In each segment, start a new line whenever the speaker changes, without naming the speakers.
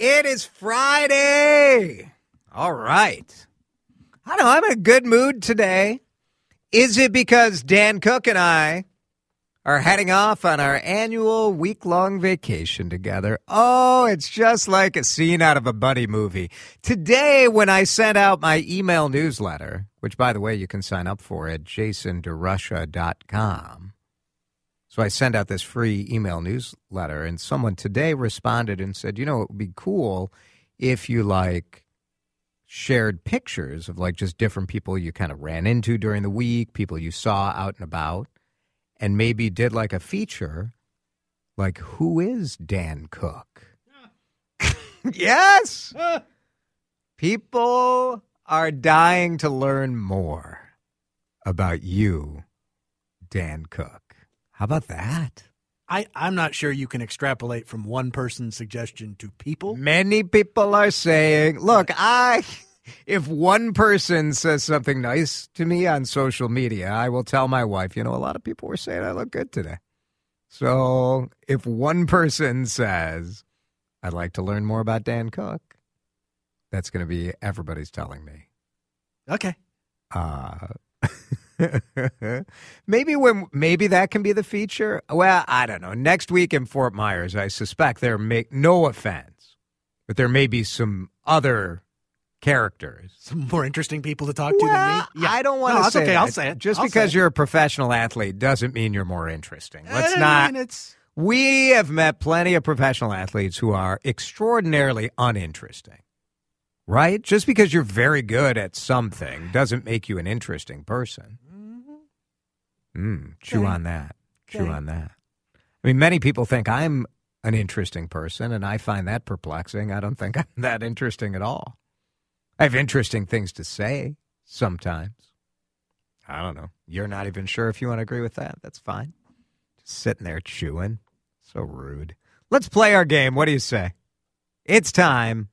It is Friday. All right. I know I'm in a good mood today. Is it because Dan Cook and I are heading off on our annual week long vacation together? Oh, it's just like a scene out of a buddy movie. Today, when I sent out my email newsletter, which, by the way, you can sign up for at jasonderussia.com. So I send out this free email newsletter, and someone today responded and said, you know, it would be cool if you like shared pictures of like just different people you kind of ran into during the week, people you saw out and about, and maybe did like a feature like, who is Dan Cook? yes! people are dying to learn more about you, Dan Cook. How about that?
I, I'm not sure you can extrapolate from one person's suggestion to people.
Many people are saying, look, I if one person says something nice to me on social media, I will tell my wife, you know, a lot of people were saying I look good today. So if one person says, I'd like to learn more about Dan Cook, that's gonna be everybody's telling me.
Okay.
Uh maybe when maybe that can be the feature. Well, I don't know. Next week in Fort Myers, I suspect there make no offense, but there may be some other characters,
some more interesting people to talk
well,
to than me. Yeah.
I don't want to
no,
say
okay.
That.
I'll say it.
Just
I'll
because
say
you're a professional athlete doesn't mean you're more interesting.
it.
Let's
I
not.
mean, it's
we have met plenty of professional athletes who are extraordinarily uninteresting. Right? Just because you're very good at something doesn't make you an interesting person. Mm, chew
Okay.
on that. Chew
Okay.
on that. I mean, many people think I'm an interesting person, and I find that perplexing. I don't think I'm that interesting at all. I have interesting things to say sometimes. I don't know. You're not even sure if you want to agree with that. That's fine. Just sitting there chewing. So rude. Let's play our game. What do you say? It's time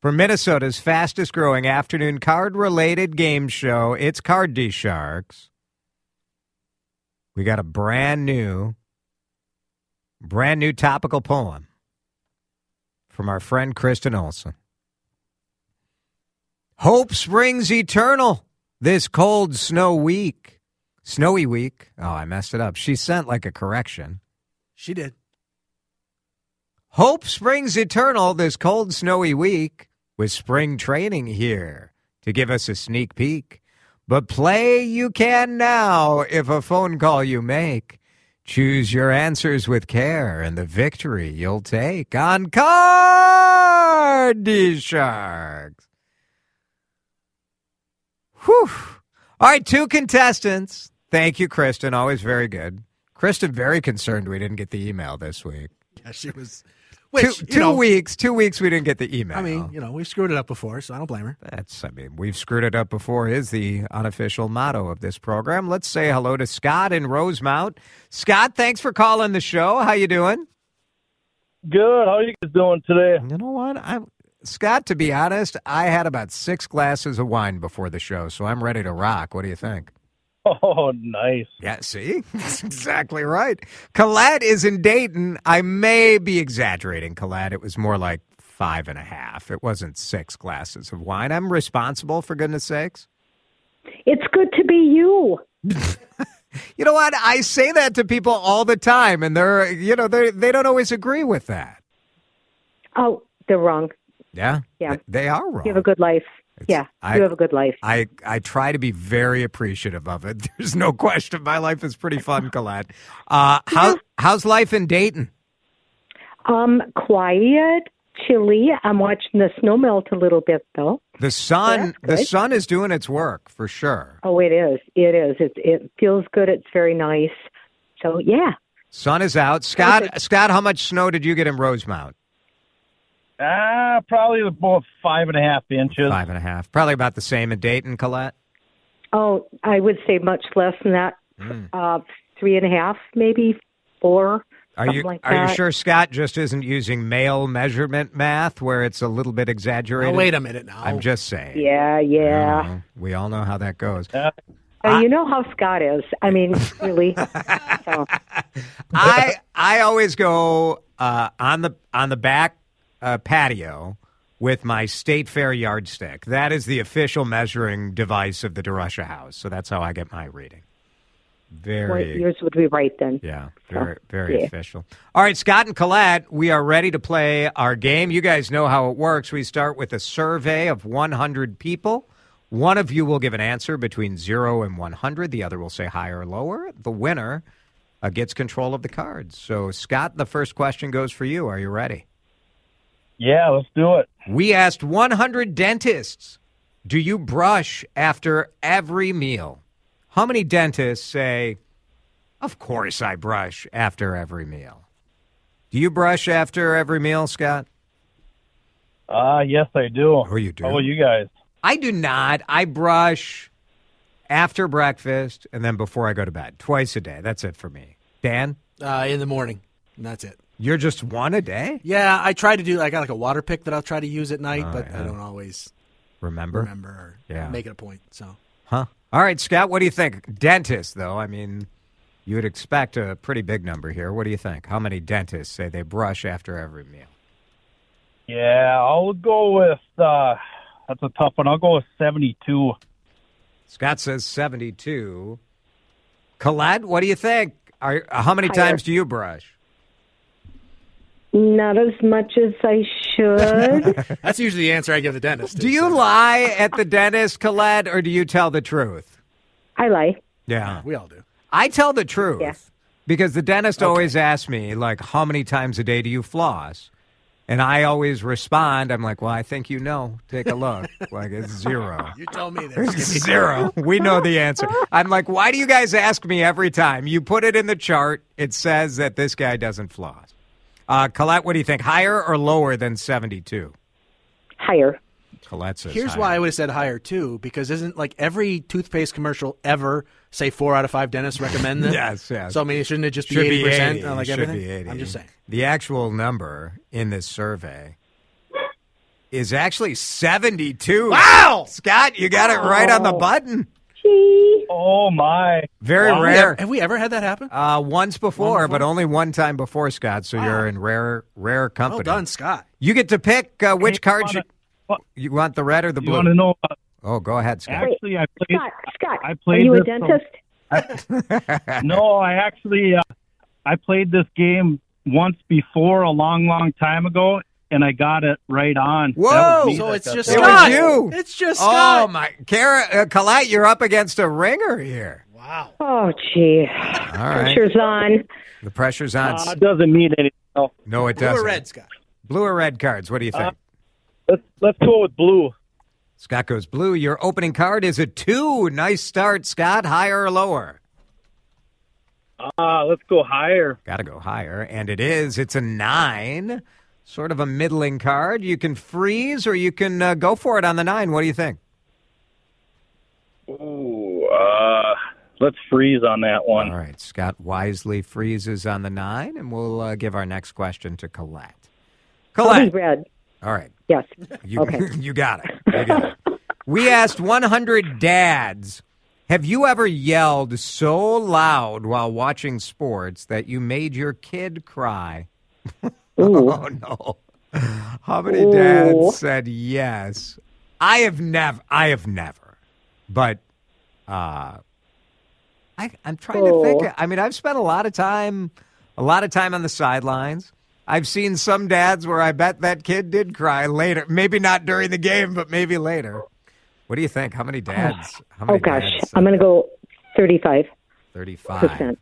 for Minnesota's fastest growing afternoon card related game show. It's Card D Sharks. We got a brand new, brand new topical poem from our friend Kristen Olson. Hope springs eternal this cold snow week. Snowy week. Oh, I messed it up. She sent like a correction.
she did.
Hope springs eternal this cold, snowy week with spring training here to give us a sneak peek. But play you can now if a phone call you make. Choose your answers with care and the victory you'll take on Card Sharks. Whew. All right, two contestants. Thank you, Kristen. Always very good. Kristen, very concerned we didn't get the email this week
Yeah, she was. Which,
two,
you
two
know,
weeks, two weeks we didn't get the email.
I mean, you know, we've screwed it up before, so I don't blame her.
that's I mean, we've screwed it up before is the unofficial motto of this program. Let's say hello to Scott in Rosemount. Scott, thanks for calling the show. How you doing?
Good. How you guys doing today?
You know what? I'm Scott, to be honest, I had about six glasses of wine before the show, so I'm ready to rock. What do you think?
Oh, nice.
Yeah, see? That's exactly right. Colette is in Dayton. I may be exaggerating, Colette. It was more like five and a half. It wasn't six glasses of wine. I'm responsible, for goodness sakes.
It's good to be you.
You know what? I say that to people all the time, and they're, you know, they they don't always agree with that.
Oh, they're wrong.
Yeah?
Yeah.
Th- They are wrong.
You have a good life. yeah,
I-
you have a good life.
I, I try to be very appreciative of it. There's no question. My life is pretty fun, Colette. Uh, how, how's life in Dayton?
Um, quiet, chilly. I'm watching the snow melt a little bit though.
The sun,
that's
the
good.
sun is doing its work for sure.
Oh, it is. It is. It it feels good. It's very nice. So yeah,
Sun is out. Scott, Scott, how much snow did you get in Rosemount?
Ah, probably about five and a half inches.
Five and a half. Probably about the same in Dayton, Colette.
Oh, I would say much less than that.
Mm.
Uh, three and a half, maybe four.
Are
something
you
like
are you
that.
sure Scott just isn't using male measurement math where it's a little bit
Oh,
exaggerated?
wait a minute now.
I'm just saying.
Yeah,
I don't
yeah.
know. We all know how that goes. Oh.
Uh, you know how Scott is. I mean, really. so,
I I always go uh, on the on the back uh, patio with my state fair yardstick. That is the official measuring device of the DeRusha house. So that's how I get my reading.
well,
Very
yours would be right then.
yeah, very very
yeah.
official. All right, Scott and Collette, we are ready to play our game. You guys know how it works. We start with a survey of 100 people. One of you will give an answer between 0 and 100, the other will say high or lower. The winner uh, gets control of the cards. So, Scott, the first question goes for you. Are you ready?
Yeah, let's do it.
We asked 100 dentists, do you brush after every meal? How many dentists say, of course I brush after every meal? Do you brush after every meal, Scott?
Ah, yes, I do.
Oh, you do?
How about you guys?
I do not. I brush after breakfast and then before I go to bed, twice a day. That's it for me. Dan,
uh, in the morning. And that's it.
you're just one a day?
Yeah, I try to do. I got like a water pick that I'll try to use at night, but I don't always
Remember?
remember or
Yeah.
make it a point. So
Huh. All right, Scott, what do you think? Dentist, though, I mean, you would expect a pretty big number here. What do you think? How many dentists say they brush after every meal?
Yeah, I'll go with. uh That's a tough one. I'll go with seventy-two.
Scott says 72. Colette, what do you think? Are, how many
Higher.
times do you brush?
Not as much as I should.
that's usually the answer I give the dentist.
Do
is,
you
uh,
lie at the dentist, Colette, or do you tell the truth?
I lie.
Yeah.
We all do.
I tell the truth
Yeah.
because the dentist always asks me, like, how many times a day do you floss? And I always respond, I'm like, well, I think you know. Take a look. like, it's zero.
You tell me this.
Zero. We know the answer. I'm like, why do you guys ask me every time? You put it in the chart. It says that this guy doesn't floss. Uh, Colette, what do you think? Higher or lower than 72?
Higher.
Colette says
Here's
higher.
why I would have said higher too, because isn't like every toothpaste commercial ever say four out of five dentists recommend that?
Yes, yes.
So I mean, shouldn't it just be
Should
eighty
be 80.
percent on like
Should
everything?
be 80.
I'm just saying.
The actual number in this survey is actually 72. Wow! Scott, you got it right on the
Oh.
button.
Gee.
Oh my!
Very
Have we ever-
rare.
Have we ever had that happen?
Uh, once before, but only one time before, Scott. So you're in rare, rare
well
company.
done, Oh, Scott.
You get to pick uh, which cards you,
wanna- what-
you want the red or the
You
blue.
want to know? uh,
Oh, go ahead, Scott.
Actually, I played.
Scott, Scott,
I
are
played
you a
this from-
dentist?
No, I actually uh, I played this game once before a long, long time ago, and I got it right on. That was
Whoa!
me
So
that
it's
got
just
that.
It was
Scott.
you.
It's just
oh
Scott.
my, Kara, uh, Colette, you're up against a ringer here.
Wow.
Oh, gee.
All right,
Pressure's on.
the pressure's on.
Uh, it doesn't mean anything. No.
no, it
Blue
doesn't.
or red, Scott?
Blue or red cards? What do you think?
Let's let's go with blue.
Scott goes blue. Your opening card is a two. Nice start, Scott. Higher or lower?
Ah, let's go higher.
Got to go higher, and it is. It's a nine. Sort of a middling card. You can freeze or you can uh, go for it on the nine. What do you think?
Ooh, uh, let's freeze on that one.
All right, Scott wisely freezes on the nine, and we'll uh, give our next question to Colette.
Probably
Colette,
red.
all right,
Yes.
you
Oh, Okay.
you got it. You got it. we asked 100 dads, have you ever yelled so loud while watching sports that you made your kid cry?
Ooh.
Oh no! How many dads
Ooh.
said yes? I have never. I have never. But uh, I, I'm trying
Oh.
to think. I mean, I've spent a lot of time, a lot of time on the sidelines. I've seen some dads where I bet that kid did cry later. Maybe not during the game, but maybe later. What do you think? How many dads? How many
Oh, gosh.
dads said
I'm going to go 35.
35.
35%.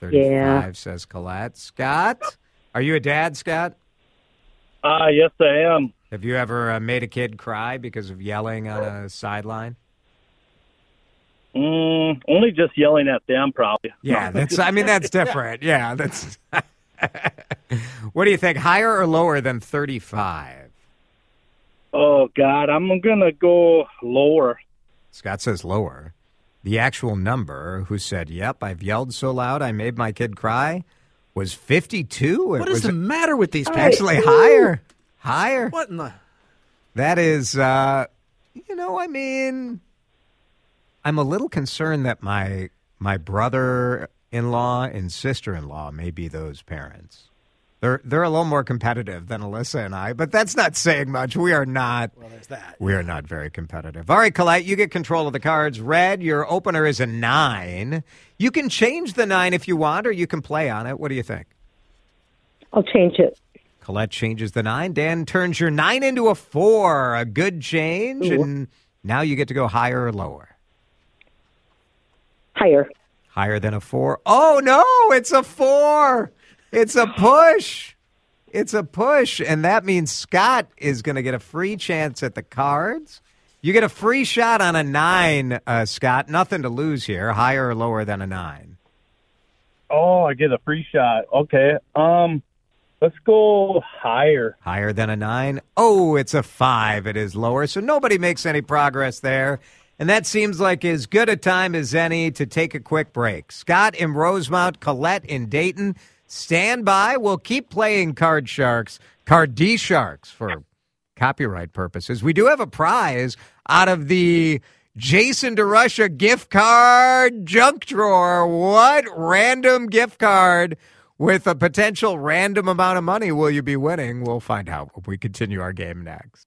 35
Yeah.
says Colette. Scott, are you a dad, Scott?
Ah, yes, I am.
Have you ever uh, made a kid cry because of yelling on a sideline?
Mm, only just yelling at them, probably.
Yeah, that's. I mean, that's different. Yeah, that's. what do you think? Higher or lower than thirty-five?
Oh God, I'm gonna go lower.
Scott says lower. The actual number who said, "Yep, I've yelled so loud I made my kid cry," was 52.
What is
was
the matter with these people?
actually higher, higher.
What in the?
That is, uh, you know, I mean, I'm a little concerned that my my brother-in-law and sister-in-law may be those parents. They're they're a little more competitive than Alyssa and I, but that's not saying much. We are not.
Well, there's that.
We are not very competitive. All right, Colette, you get control of the cards. Red, your opener is a nine. You can change the nine if you want, or you can play on it. What do you think?
I'll change it.
Colette changes the nine. Dan turns your nine into a four. A good change.
Ooh.
And now you get to go higher or lower.
Higher.
Higher than a four. Oh, no, it's a four. It's a push. It's a push. And that means Scott is going to get a free chance at the cards. You get a free shot on a nine, uh, Scott. Nothing to lose here. Higher or lower than a nine.
Oh, I get a free shot. Okay. Um, let's go higher.
Higher than a nine. Oh, it's a five. It is lower. So nobody makes any progress there. And that seems like as good a time as any to take a quick break. Scott in Rosemount, Colette in Dayton. Stand by. We'll keep playing Card Sharks, Card D Sharks for copyright purposes. We do have a prize out of the Jason DeRussia gift card junk drawer. What random gift card with a potential random amount of money will you be winning? We'll find out when we continue our game next.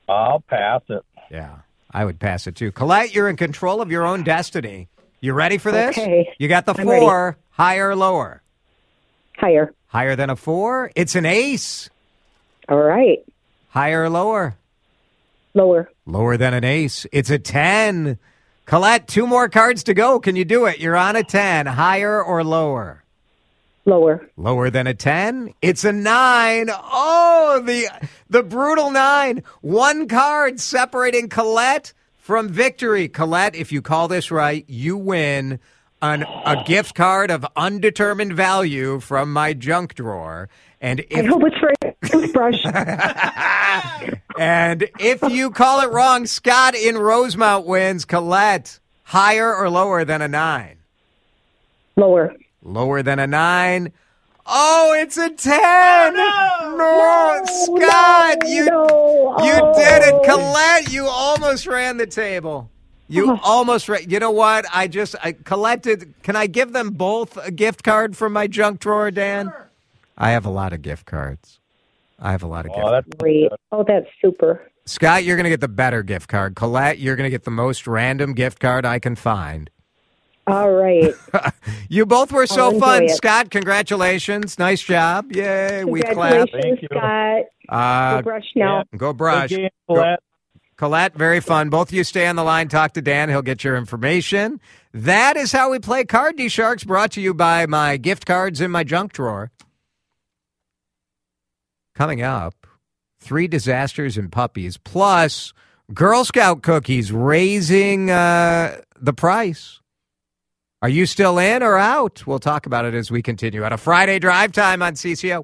I'll pass it.
Yeah, I would pass it too. Colette, you're in control of your own destiny. You ready for this?
Okay.
You got the
I'm ready.
four, higher or lower?
Higher.
Higher than a four? It's an ace.
All right.
Higher or lower?
Lower.
Lower than an ace. It's a ten. Colette, two more cards to go. Can you do it? You're on a ten. Higher or lower?
Lower.
Lower than a 10? It's a 9. Oh, the the brutal 9. One card separating Colette from victory. Colette, if you call this right, you win an, a gift card of undetermined value from my junk drawer. And
I
if
hope it's for a toothbrush.
and if you call it wrong, Scott in Rosemount wins. Colette, higher or lower than a 9?
Lower.
Lower than a nine. Oh, it's a ten. no, Scott,
Oh,
Oh,
no,
you
no.
you
Oh.
did it, Colette. You almost ran the table. You
Oh.
almost ran. You know what? I just I collected. Can I give them both a gift card from my junk drawer, Dan? I have a lot of gift cards. I have a lot of gift.
Oh, that's
Great. Oh, that's super.
Scott, you're going to get the better gift card. Colette, you're going to get the most random gift card I can find.
All right.
You both were
I'll
so
enjoy
fun.
it.
Scott, congratulations. Nice job. Yay. We clap.
Congratulations,
Thank you.
Scott.
Uh,
Go brush now.
go brush.
Good game,
Go-
Colette.
Colette, very fun. Both of you stay on the line, talk to Dan. He'll get your information. That is how we play Card D Sharks, brought to you by my gift cards in my junk drawer. Coming up, three disasters and puppies, plus Girl Scout cookies raising uh, the price. Are you still in or out? We'll talk about it as we continue on a Friday drive time on CCO.